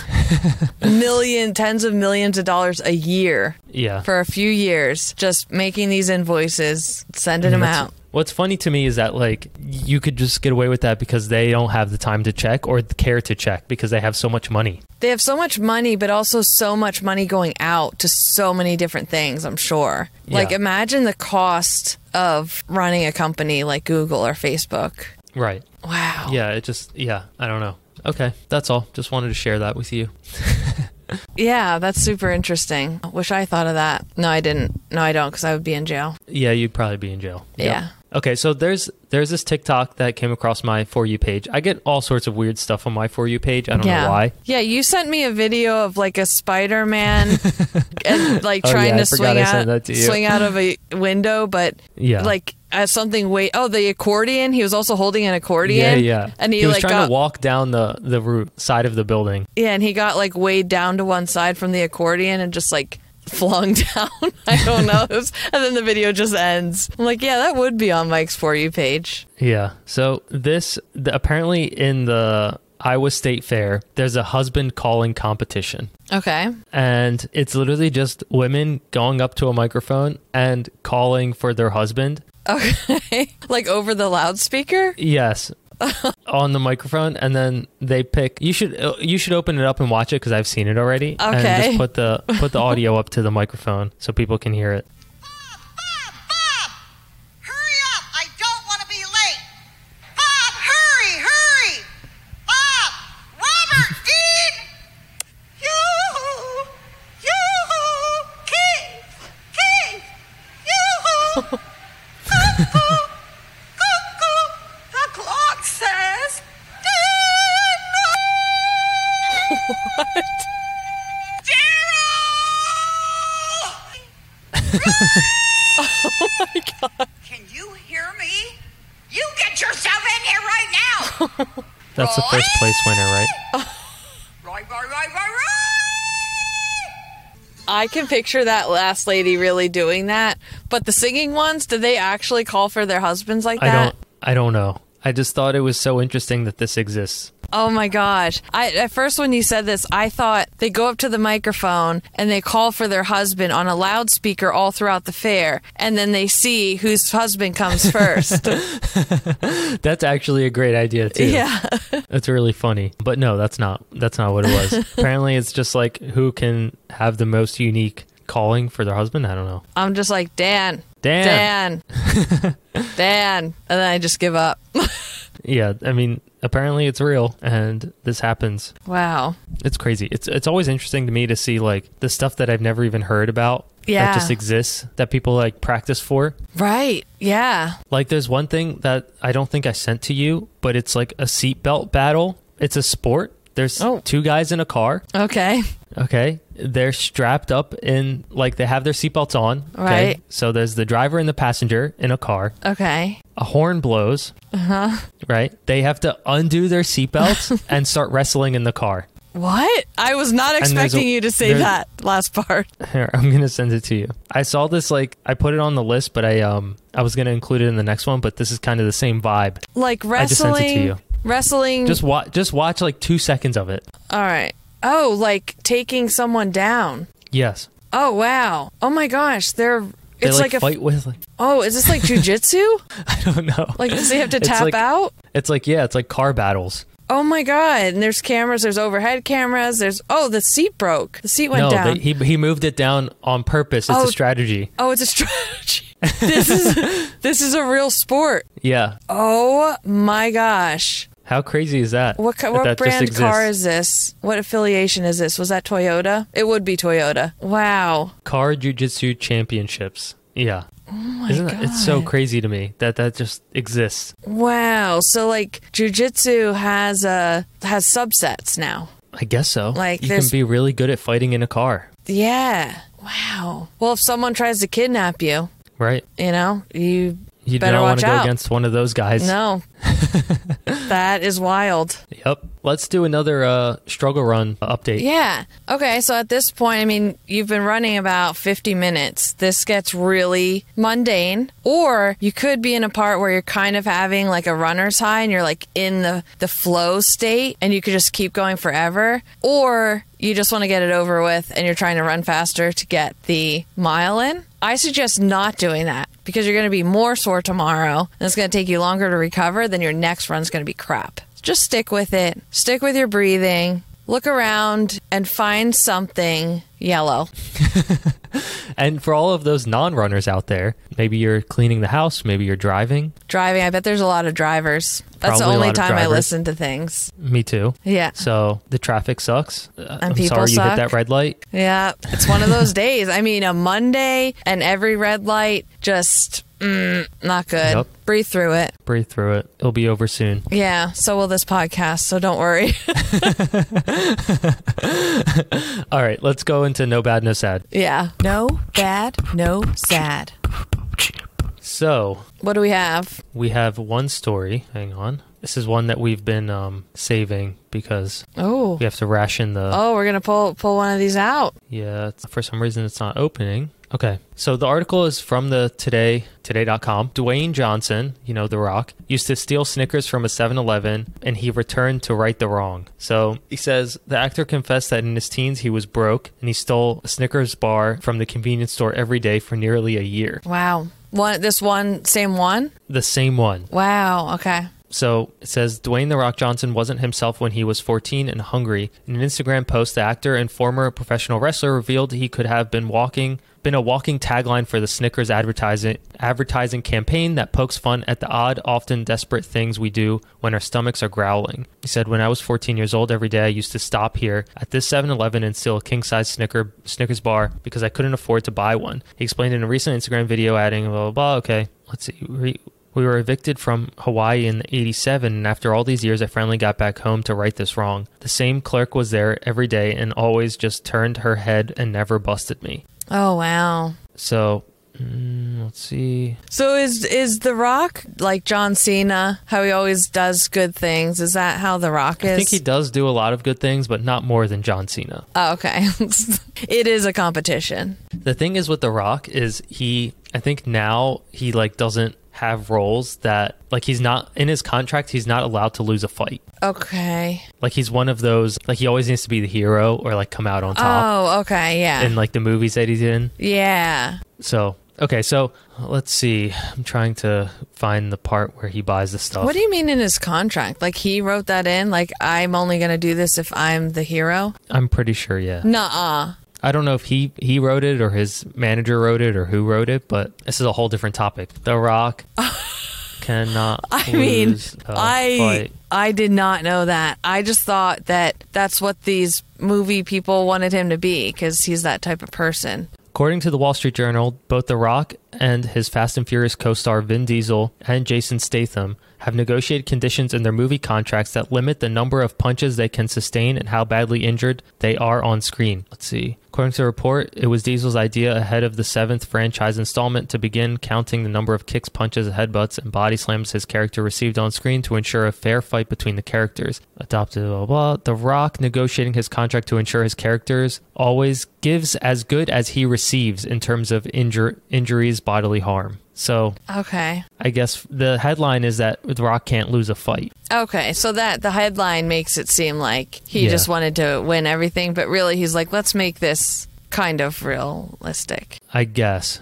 B: million tens of millions of dollars a year
A: Yeah.
B: for a few years just making these invoices, sending them
A: Mm, That's-
B: out.
A: What's funny to me is that like you could just get away with that because they don't have the time to check or the care to check because they have so much money.
B: They have so much money, but also so much money going out to so many different things, I'm sure. Like,
A: Yeah.
B: imagine the cost of running a company like Google or Facebook.
A: Right.
B: Wow.
A: Yeah, it just yeah, I don't know. Okay, that's all. Just wanted to share that with you.
B: Yeah, that's super interesting. I wish I thought of that. No, I didn't. No, I don't, because I would be in jail.
A: Yeah, you'd probably be in jail. Yep.
B: Yeah.
A: Okay, so there's there's this TikTok that came across my for you page. I get all sorts of weird stuff on my for you page. I don't
B: yeah.
A: know why.
B: Yeah, you sent me a video of like a Spider Man and like
A: Oh,
B: trying
A: yeah, I
B: to
A: forgot
B: swing
A: I sent
B: out,
A: that to you.
B: swing out of a window, but
A: Yeah.
B: like as something way. Oh, the accordion. He was also holding an accordion.
A: Yeah, yeah.
B: And he,
A: was
B: like
A: trying
B: got
A: to walk down the the route side of the building.
B: yeah, and he got like weighed down to one side from the accordion and just like flung down. I don't know. It was- and then the video just ends. I'm like, yeah, that would be on Mike's for you page.
A: Yeah. So this the, apparently in the Iowa State Fair, there's a husband calling competition.
B: Okay.
A: And it's literally just women going up to a microphone and calling for their husband.
B: Okay. like over the loudspeaker.
A: Yes. on the microphone and then they pick you should uh, you should open it up and watch it cuz I've seen it already and
B: Okay.
A: just put the put the audio up to the microphone so people can hear it.
C: Bob, Bob, hurry up. I don't want to be late. Bob, hurry, hurry. Bob, Robert, Dean. Yoo-hoo, yoo-hoo, Keith, Keith, yoo-hoo. Cuckoo, cuckoo, the clock says dinner. What? Daryl! Can you hear me? You get yourself in here right now!
A: That's the first place winner, right?
C: Roy, Roy, Roy, Roy, Roy!
B: I can picture that last lady really doing that. But the singing ones, did they actually call for their husbands like
A: I
B: that?
A: don't I don't know. I just thought it was so interesting that this exists.
B: Oh my gosh. I at first when you said this, I thought they go up to the microphone and they call for their husband on a loudspeaker all throughout the fair and then they see whose husband comes first.
A: That's actually a great idea too.
B: yeah.
A: That's really funny. But no, that's not that's not what it was. Apparently it's just like who can have the most unique calling for their husband? I don't know.
B: I'm just like, "Dan,
A: Dan.
B: Dan, Dan." And then I just give up.
A: Yeah, I mean, apparently it's real and this happens.
B: wow.
A: It's crazy. It's it's always interesting to me to see like the stuff that I've never even heard about
B: Yeah.
A: that just exists that people like practice for.
B: Right. Yeah.
A: Like there's one thing that I don't think I sent to you, but it's like a seatbelt battle. It's a sport. There's
B: Oh.
A: two guys in a car.
B: Okay.
A: Okay. They're strapped up in, like, they have their seatbelts on. Okay?
B: Right.
A: So there's the driver and the passenger in a car.
B: Okay.
A: A horn blows. Uh
B: Uh-huh.
A: huh. Right. They have to undo their seatbelts and start wrestling in the car.
B: What? I was not
A: there's a-
B: expecting you to say
A: there's-
B: that last part.
A: Here, I'm gonna send it to you. I saw this like I put it on the list, but I um I was gonna include it in the next one, but this is kind of the same vibe.
B: Like
A: just sent
B: wrestling.
A: it to you.
B: Wrestling.
A: Just watch, just watch like two seconds of it.
B: all right. Oh, like taking someone down.
A: Yes,
B: Oh wow! Oh my gosh! They're
A: they
B: it's
A: like,
B: like, a
A: fight with. Like,
B: oh, is this like jujitsu?
A: I don't know.
B: like does he have to
A: It's
B: tap
A: like-
B: out?
A: it's like yeah, it's like car battles.
B: Oh my god! And there's cameras. There's overhead cameras. There's oh the seat broke. The seat went
A: no,
B: down.
A: They, he he moved it down on purpose. It's
B: Oh.
A: a strategy.
B: oh, it's a strategy. this is this is a real sport.
A: Yeah,
B: Oh my gosh!
A: How crazy is that?
B: What, ca-
A: that
B: what
A: that just
B: brand car
A: exists?
B: is this? What affiliation is this? Was that Toyota? It would be Toyota. Wow.
A: Car Jiu-Jitsu Championships. Yeah. Isn't it- it's so
B: Oh, God. crazy
A: crazy to me that that just exists.
B: Wow. So like jujitsu has a has subsets now.
A: I guess so.
B: Like,
A: you
B: there's-
A: can be really good at fighting in a car,
B: Yeah. Wow. Well, if someone tries to kidnap you,
A: right?
B: you know, you
A: You
B: Better
A: do not want
B: watch
A: to go
B: out.
A: against one of those guys.
B: no. that is wild.
A: Yep. Let's do another uh, struggle run update.
B: Yeah. Okay. So at this point, I mean, you've been running about 50 minutes. This gets really mundane. Or you could be in a part where you're kind of having like a runner's high and you're like in the, the flow state and you could just keep going forever. Or you just want to get it over with and you're trying to run faster to get the mile in. I suggest not doing that because you're going to be more sore tomorrow and it's going to take you longer to recover. Then your next run's going to be crap. Just stick with it, stick with your breathing. Look around and find something yellow.
A: And for all of those non-runners out there, maybe you're cleaning the house, maybe you're driving.
B: Driving, I bet there's a lot of drivers.
A: Probably a
B: That's the only
A: lot of
B: time I
A: drivers.
B: listen to things.
A: Me too.
B: Yeah.
A: So the traffic sucks. Uh, I'm
B: people
A: sorry you
B: suck.
A: hit that red light.
B: Yeah. It's one of those days. I mean, a Monday and every red light just mm, not good.
A: Yep.
B: Breathe through it.
A: Breathe through it. It'll be over soon.
B: Yeah. So will this podcast. So don't worry.
A: All right, let's go into no bad, no sad.
B: yeah. No bad, no sad.
A: So
B: What do we have?
A: we have one story. Hang on. This is one that we've been um, saving because
B: Oh.
A: we have to ration the.
B: Oh, we're going to pull pull one of these out.
A: Yeah, it's, for some reason it's not opening. Okay. So the article is from the today today.com. Dwayne Johnson, you know, The Rock, used to steal Snickers from a 7-Eleven and he returned to right the wrong. So, he says the actor confessed that in his teens he was broke and he stole a Snickers bar from the convenience store every day for nearly a year.
B: Wow. One this one same one?
A: The same one.
B: Wow. Okay.
A: So it says Dwayne The Rock Johnson wasn't himself when he was 14 and hungry. In an Instagram post, the actor and former professional wrestler revealed he could have been walking been a walking tagline for the Snickers advertising advertising campaign that pokes fun at the odd, often desperate things we do when our stomachs are growling. He said, "When I was 14 years old, every day I used to stop here at this 7-Eleven and steal a king-size Snicker Snickers bar because I couldn't afford to buy one." He explained in a recent Instagram video, adding, "Blah blah blah." Okay, let's see. Re- we were evicted from Hawaii in 87, and after all these years, I finally got back home to right this wrong. The same clerk was there every day and always just turned her head and never busted me.
B: Oh wow.
A: So, mm, let's see.
B: So is is The Rock like John Cena? How he always does good things? Is that how The Rock is?
A: I think he does do a lot of good things, but not more than John Cena.
B: oh, okay. it is a competition.
A: The thing is with The Rock is he, I think now he like doesn't have roles that like he's not in his contract. He's not allowed to lose a fight.
B: Okay.
A: Like he's one of those like he always needs to be the hero or like come out on top
B: Oh, okay. Yeah.
A: in like the movies that he's in.
B: yeah.
A: So okay, so let's see. I'm trying to find the part where he buys the stuff.
B: What do you mean in his contract? Like he wrote that in? Like I'm only gonna do this if I'm the hero?
A: I'm pretty sure, yeah.
B: Nuh-uh.
A: I don't know if he he wrote it or his manager wrote it or who wrote it, but this is a whole different topic. The Rock cannot.
B: I mean,
A: lose a
B: I
A: fight.
B: I did not know that. I just thought that that's what these movie people wanted him to be because he's that type of person.
A: According to the Wall Street Journal, both The Rock and his Fast and Furious co star Vin Diesel and Jason Statham have negotiated conditions in their movie contracts that limit the number of punches they can sustain and how badly injured they are on screen. Let's see. According to the report, it was Diesel's idea ahead of the seventh franchise installment to begin counting the number of kicks, punches, headbutts, and body slams his character received on screen to ensure a fair fight between the characters. Adopted, blah, blah, blah. The Rock negotiating his contract to ensure his characters always gives as good as he receives in terms of injur- injuries, bodily harm. So
B: Okay.
A: I guess the headline is that The Rock can't lose a fight.
B: Okay, so that the headline makes it seem like he
A: Yeah.
B: just wanted to win everything, but really he's like, let's make this kind of realistic.
A: I guess.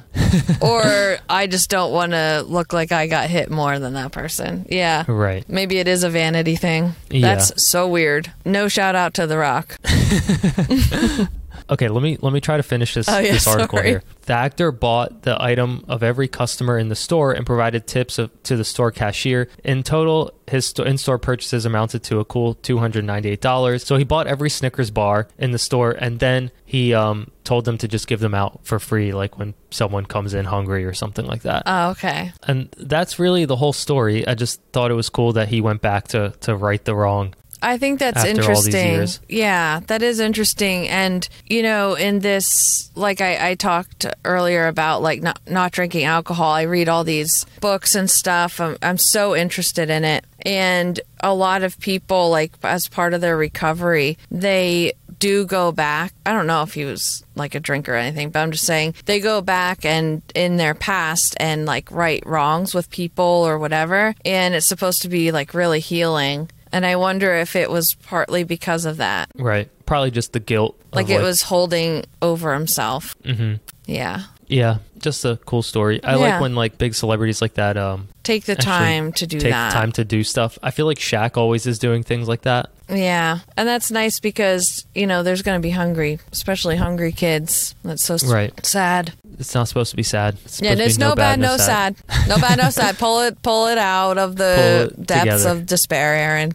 B: or I just don't want to look like I got hit more than that person. Yeah.
A: Right.
B: Maybe it is a vanity thing.
A: Yeah.
B: That's so weird. No shout out to The Rock.
A: Okay, let me let me try to finish this,
B: Oh, yeah,
A: this article
B: sorry.
A: here. The actor bought the item of every customer in the store and provided tips of, to the store cashier. In total, his sto- in-store purchases amounted to a cool two hundred ninety-eight dollars. So he bought every Snickers bar in the store, and then he um, told them to just give them out for free, like when someone comes in hungry or something like that.
B: Oh, okay.
A: and that's really the whole story. I just thought it was cool that he went back to to right the wrong.
B: I think that's
A: After all these
B: interesting.
A: years.
B: Yeah, that is interesting. And you know, in this, like I, I talked earlier about, like not not drinking alcohol. I read all these books and stuff. I'm I'm so interested in it. And a lot of people, like as part of their recovery, they do go back. I don't know if he was like a drinker or anything, but I'm just saying they go back and in their past and like right wrongs with people or whatever. And it's supposed to be like really healing. And I wonder if it was partly because of that.
A: Right, probably just the guilt. of,
B: Like it was holding over himself. Mm-hmm. Yeah.
A: Yeah, just a cool story. I
B: Yeah.
A: like when like big celebrities like that um
B: Take the
A: actually
B: time to do
A: take
B: that.
A: time to do stuff. I feel like Shaq always is doing things like that.
B: Yeah. And that's nice because, you know, there's going to be hungry, especially hungry kids. That's so s-
A: Right.
B: sad.
A: It's not supposed to be sad. It's supposed
B: Yeah,
A: to
B: there's
A: be
B: no, bad, no sad. No bad, no sad. Pull it, pull it out of the
A: Pull it
B: depths
A: together.
B: of despair, Aaron.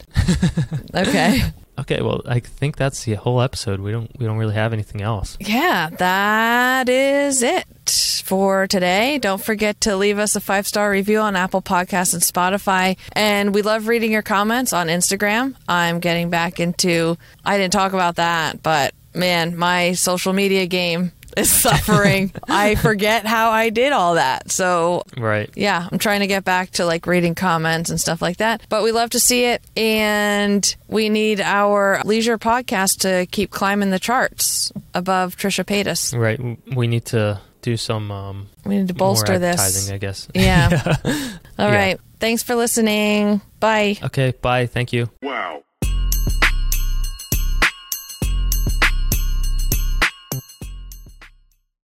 B: okay.
A: Okay, well, I think that's the whole episode. We don't we don't really have anything else.
B: Yeah, that is it for today. Don't forget to leave us a five star review on Apple Podcasts and Spotify. And we love reading your comments on Instagram. I'm getting back into, I didn't talk about that, but man, my social media game is suffering. I forget how I did all that. So
A: Right.
B: yeah, I'm trying to get back to like reading comments and stuff like that. But we love to see it, and we need our leisure podcast to keep climbing the charts above Trisha Paytas.
A: Right. w- We need to do some um
B: We need to bolster
A: more
B: this.
A: advertising, I guess.
B: Yeah. All right.
A: Yeah.
B: Thanks for listening. Bye.
A: Okay, bye. Thank you.
D: Wow.